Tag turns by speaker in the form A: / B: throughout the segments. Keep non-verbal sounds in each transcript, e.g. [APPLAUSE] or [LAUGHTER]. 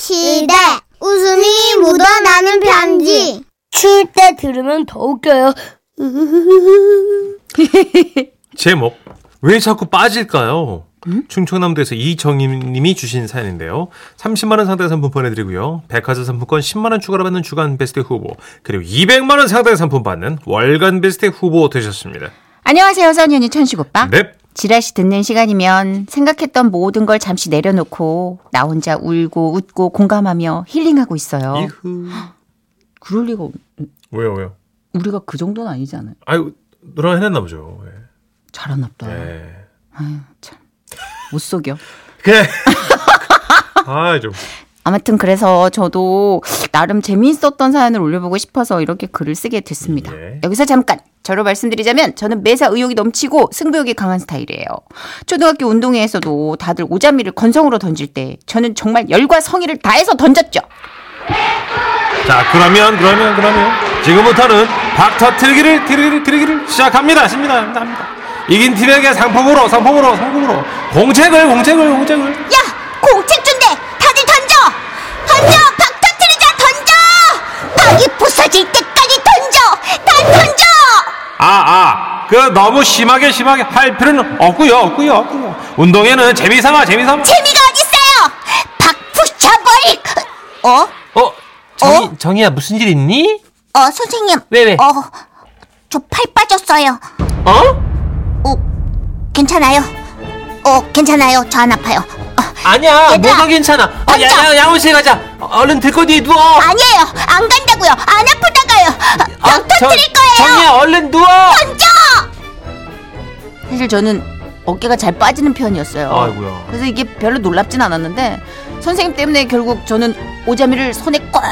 A: 시대 웃음이 묻어나는 편지
B: 추울 때 들으면 더 웃겨요.
C: 제목 왜 자꾸 빠질까요? 충청남도에서 이정임님이 주신 사연인데요. 30만 원 상당의 상품 보내드리고요. 백화점 상품권 10만 원 추가로 받는 주간 베스트 후보 그리고 200만 원 상당의 상품 받는 월간 베스트 후보 되셨습니다.
D: 안녕하세요, 선윤이 천식 오빠.
C: 넵.
D: 지라시 듣는 시간이면 생각했던 모든 걸 잠시 내려놓고 나 혼자 울고 웃고 공감하며 힐링하고 있어요.
C: 이후.
D: 그럴 리가 없-
C: 왜요 왜요?
D: 우리가 그 정도는 아니지 않아요?
C: 아유 누랑 해냈나 보죠. 예.
D: 잘하나 보다.
C: 네.
D: 아유, 참. 못 속여.
C: 그래. [LAUGHS] 아 좀.
D: 아무튼 그래서 저도 나름 재미있었던 사연을 올려보고 싶어서 이렇게 글을 쓰게 됐습니다.
C: 예.
D: 여기서 잠깐 저로 말씀드리자면 저는 매사 의욕이 넘치고 승부욕이 강한 스타일이에요. 초등학교 운동회에서도 다들 오자미를 건성으로 던질 때 저는 정말 열과 성의를 다해서 던졌죠.
C: 자 그러면 그러면 그러면 지금부터는 박터 틀기를 틀기를 틀기를 시작합니다. 십니다. 합니다. 합니다. 이긴 팀에게 상품으로 상품으로 상품으로 공책을 공책을 공책을
B: 야, 공책 준대. 다들 던져. 던져. 박 터트리자. 던져. 박이 부서질 때까지 던져. 다 던져.
C: 아아 그 너무 심하게 심하게 할 필요는 없고요 없고요 없고요 운동에는 재미삼아 재미삼아
B: 재미가 어딨어요? 박 부셔버릴. 그- 어?
C: 어
B: 정희-
C: 정희야 무슨 일 있니?
B: 어, 선생님.
C: 네네.
B: 어, 저 팔 빠졌어요.
C: 어?
B: 어, 괜찮아요. 어, 괜찮아요. 저 안 아파요. 어,
C: 아니야
B: 얘들아, 뭐가
C: 괜찮아
B: 앉아. 야, 야,
C: 양호실 가자 얼른 들고 뒤에 누워
B: 아니에요. 안 간다고요. 안 아프다가요. 안 터뜨릴 거예요.
C: 얼른 누워
B: 던져.
D: 사실 저는 어깨가 잘 빠지는 편이었어요.
C: 아이고야.
D: 그래서 이게 별로 놀랍진 않았는데 선생님 때문에 결국 저는 오자미를 손에 꽉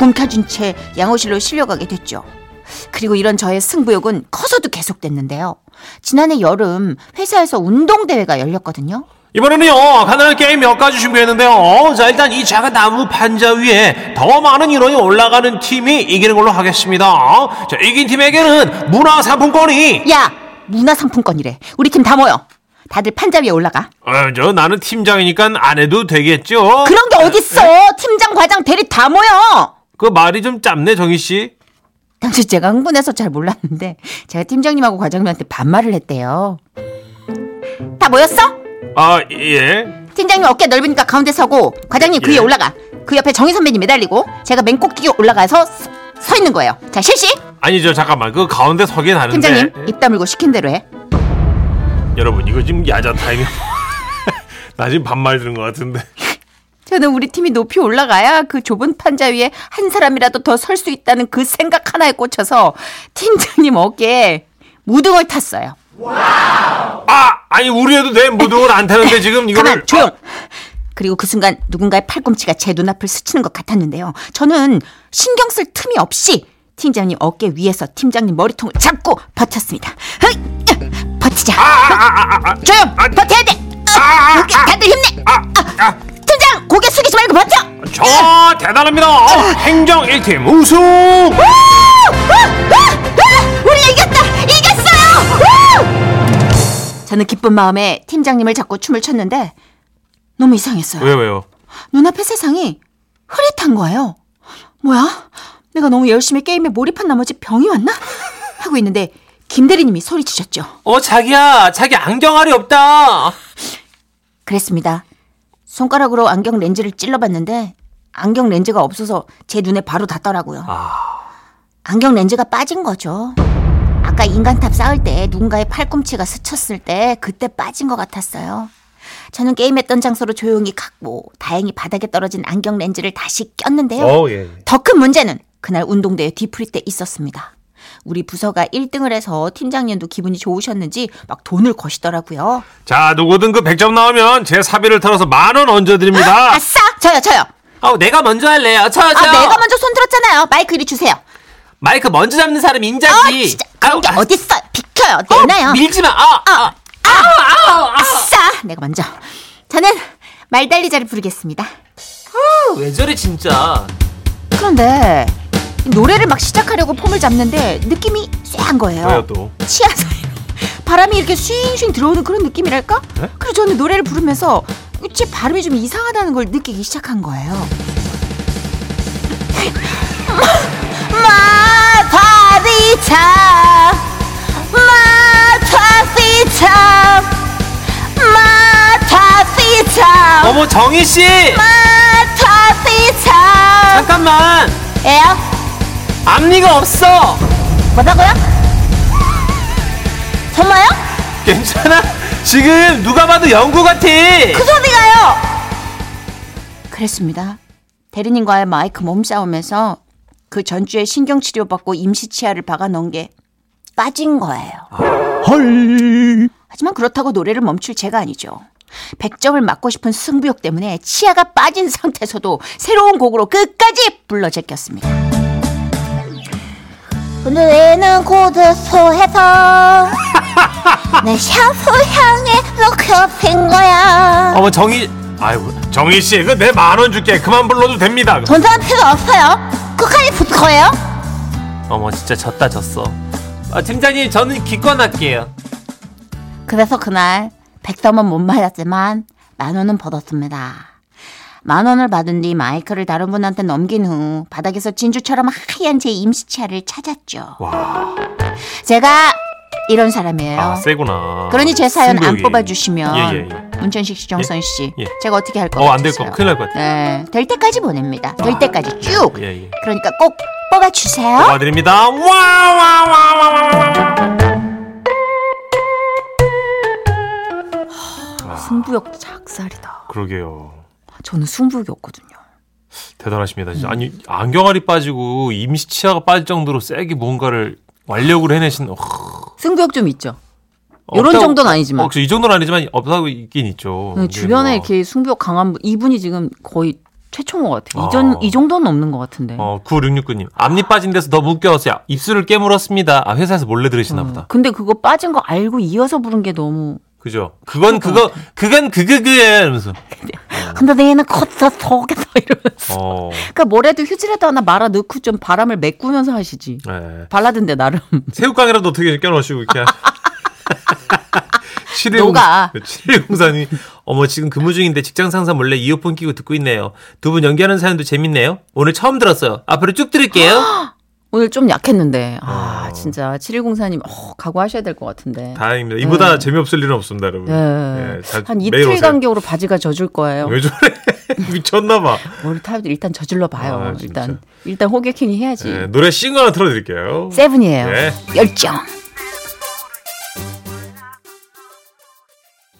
D: 움켜쥔 채 양호실로 실려가게 됐죠. 그리고 이런 저의 승부욕은 커서도 계속됐는데요. 지난해 여름 회사에서 운동대회가 열렸거든요.
C: 이번에는요 간단한 게임 몇 가지 준비했는데요 자 일단 이 작은 나무 판자 위에 더 많은 인원이 올라가는 팀이 이기는 걸로 하겠습니다 자 이긴 팀에게는 문화 상품권이
D: 야! 문화상품권이래. 우리 팀 다 모여. 다들 판자 위에 올라가.
C: 어, 저 나는 팀장이니까 안 해도 되겠죠
D: 그런 게 어딨어! 팀장, 과장, 대리 다 모여!
C: 그 말이 좀 짧네 정희 씨.
D: 당시 제가 흥분해서 잘 몰랐는데 제가 팀장님하고 과장님한테 반말을 했대요. 다 모였어?
C: 아 예.
D: 팀장님 어깨 넓으니까 가운데 서고 과장님 그 위에
C: 예.
D: 올라가 그 옆에 정희 선배님 매달리고 제가 맨꼭 끼고 올라가서 서, 서 있는 거예요 자 실시
C: 아니죠 잠깐만 그 가운데 서긴 하는데.
D: 팀장님 입 다물고 시킨 대로 해
C: 여러분 이거 [LAUGHS] 지금 야자 타임. 나 지금 반말 들은 것 같은데.
D: 저는 우리 팀이 높이 올라가야 그 좁은 판자 위에 한 사람이라도 더 설 수 있다는 그 생각 하나에 꽂혀서 팀장님 어깨에 무등을 탔어요
C: 아 아니 우리 애도 내 무등을 안 타는데 지금 이거를. 아.
D: 가만 조용 그리고 그 순간 누군가의 팔꿈치가 제 눈앞을 스치는 것 같았는데요 저는 신경 쓸 틈이 없이 팀장님 어깨 위에서 팀장님 머리통을 잡고 버텼습니다 흥! 으, 버티자
C: 아,
D: 조용 버텨야 돼 어, 오케이, 다들 힘내
C: 아,
D: 아, 팀장 고개 숙이지 말고 버텨
C: 저 대단합니다. 어, 행정 1팀 우승.
D: 아! 우리 이겼다 이겼어요 저는 기쁜 마음에 팀장님을 잡고 춤을 췄는데 너무 이상했어요
C: 왜요 왜요?
D: 눈앞의 세상이 흐릿한 거예요. 뭐야? 내가 너무 열심히 게임에 몰입한 나머지 병이 왔나? 하고 있는데 김 대리님이 소리치셨죠.
C: 어 자기야 자기 안경알이 없다.
D: 그랬습니다. 손가락으로 안경 렌즈를 찔러봤는데 안경 렌즈가 없어서 제 눈에 바로 닿더라고요. 안경 렌즈가 빠진 거죠. 아까 인간탑 쌓을 때 누군가의 팔꿈치가 스쳤을 때 그때 빠진 것 같았어요. 저는 게임했던 장소로 조용히 갔고 다행히 바닥에 떨어진 안경 렌즈를 다시 꼈는데요.
C: 예.
D: 더 큰 문제는 그날 운동대회 뒤풀이 때 있었습니다. 우리 부서가 1등을 해서 팀장님도 기분이 좋으셨는지 막 돈을 거시더라고요.
C: 자 누구든 그 100점 나오면 제 사비를 털어서 만 원 얹어 드립니다.
D: 아싸! 저요, 저요!
C: 아 내가 먼저 할래요. 저
D: 아, 내가 먼저 손 들었잖아요. 마이크 이리 주세요.
C: 마이크 먼저 잡는 사람 인자지.
D: 아, 진짜. 그런 게 어딨어요. 비켜요. 내놔요. 어.
C: 밀지 마. 아, 아.
D: 아싸! 내가 먼저. 저는 말달리자를 부르겠습니다.
C: 왜 저래 진짜.
D: 그런데 노래를 막 시작하려고 폼을 잡는데 느낌이 쎄한 거예요.
C: 왜요 또?
D: 치아 사이로 [LAUGHS] 바람이 이렇게 쉥쉥 들어오는 그런 느낌이랄까?
C: 네?
B: [LAUGHS]
D: 그리고 저는 노래를 부르면서 제 발음이 좀 이상하다는 걸 느끼기 시작한 거예요.
B: coffee time. My coffee time. My coffee time.
C: 어머 뭐, 정희 씨
B: My coffee time.
C: 잠깐만
B: 에요?
C: 앞니가 없어.
B: 뭐라고요? 정말요?
C: 괜찮아? 지금 누가 봐도 연구 같아.
B: 그 소리가요.
D: 그랬습니다. 대리님과의 마이크 몸싸움에서 그 전주에 신경치료 받고 임시 치아를 박아 넣은 게 빠진 거예요. 하지만 그렇다고 노래를 멈출 제가 아니죠. 100점을 맞고 싶은 승부욕 때문에 치아가 빠진 상태에서도 새로운 곡으로 끝까지 불러 제꼈습니다.
B: 뇌는 고드소해서 내 샤프 향에 녹혀진 거야
C: 어머 정희. 아이고 정희 씨, 그 내 만 원 줄게. 그만 불러도 됩니다.
B: 돈 살 필요 없어요
D: 그
B: 끝까지 붙을 거예요
C: 어머 진짜 졌다 졌어. 아, 팀장님 저는 기권할게요.
D: 그래서 그날 100점은 못 맞았지만 만 원은 벌었습니다. 만 원을 받은 뒤 마이크를 다른 분한테 넘긴 후 바닥에서 진주처럼 하얀 제 임시 치아를 찾았죠.
C: 와,
D: 제가 이런 사람이에요.
C: 아 세구나.
D: 그러니 제 사연 안
C: 승부욕이.
D: 뽑아주시면
C: 예, 예, 예.
D: 문천식 씨, 정선 씨,
C: 예? 예.
D: 제가 어떻게 할 거예요?
C: 어, 안 될 거, 큰일 날 것 같아.
D: 네, 될 때까지 보냅니다. 될 때까지 쭉.
C: 예, 예.
D: 그러니까 꼭 뽑아주세요.
C: 도와드립니다. 와와와와와.
D: 승부욕 작살이다.
C: 그러게요.
D: 저는 승부욕이 없거든요.
C: 대단하십니다. 진짜. 아니 안경알이 빠지고 임시 치아가 빠질 정도로 세게 뭔가를 완력을 해내신. 어,
E: 승부욕 좀 있죠. 요런 정도는 아니지만.
C: 어, 그래서 이 정도는 아니지만 없다고 있긴 있죠.
E: 네,
C: 이게
E: 주변에
C: 뭐,
E: 이렇게 승부욕 강한 분, 이분이 지금 거의 최초인 것 같아요. 이전
C: 아.
E: 이 정도는 없는 것 같은데.
C: 어, 9669님. 앞니 빠진 데서 더 묶여서 입술을 깨물었습니다. 아, 회사에서 몰래 들으시나
E: 어,
C: 보다.
E: 근데 그거 빠진 거 알고 이어서 부른 게 너무.
C: 그죠? 그건 그거, 그건 그거, 그게, 이러면서. 음.
E: 근데 내는 컸어 속에서 이러면서.
C: 어,
E: 그러니까 뭐래도 휴지라도 하나 말아 넣고 좀 바람을 메꾸면서 하시지.
C: 예.
E: 발라드인데 나름. [LAUGHS]
C: 새우깡이라도 어떻게 껴놓으시고, 이렇게. [LAUGHS] 하- 칠일공-
E: 녹아.
C: 칠일공사님, 어머, 지금 근무 중인데 직장 상사 몰래 이어폰 끼고 듣고 있네요. 두 분 연기하는 사연도 재밌네요. 오늘 처음 들었어요. 앞으로 쭉 들을게요.
E: 오늘 좀 약했는데. 아 진짜 7104님 어, 각오하셔야 될 것 같은데.
C: 어. 다행입니다. 이보다 재미없을 일은 없습니다, 여러분.
E: 예.
D: 네.
C: 예, 자-
E: 한
C: 매일
E: 이틀
C: 오세요.
E: 간격으로 바지가 젖을 거예요.
C: 왜 저래? [LAUGHS] 미쳤나봐.
E: 뭘 타도 일단 저질러 봐요.
C: 아, 진짜.
D: 네.
E: 일단 일단 호객행위 해야지.
C: 예, 노래 싱글 하나 틀어드릴게요.
E: 세븐이에요.
C: 네.
E: 열정.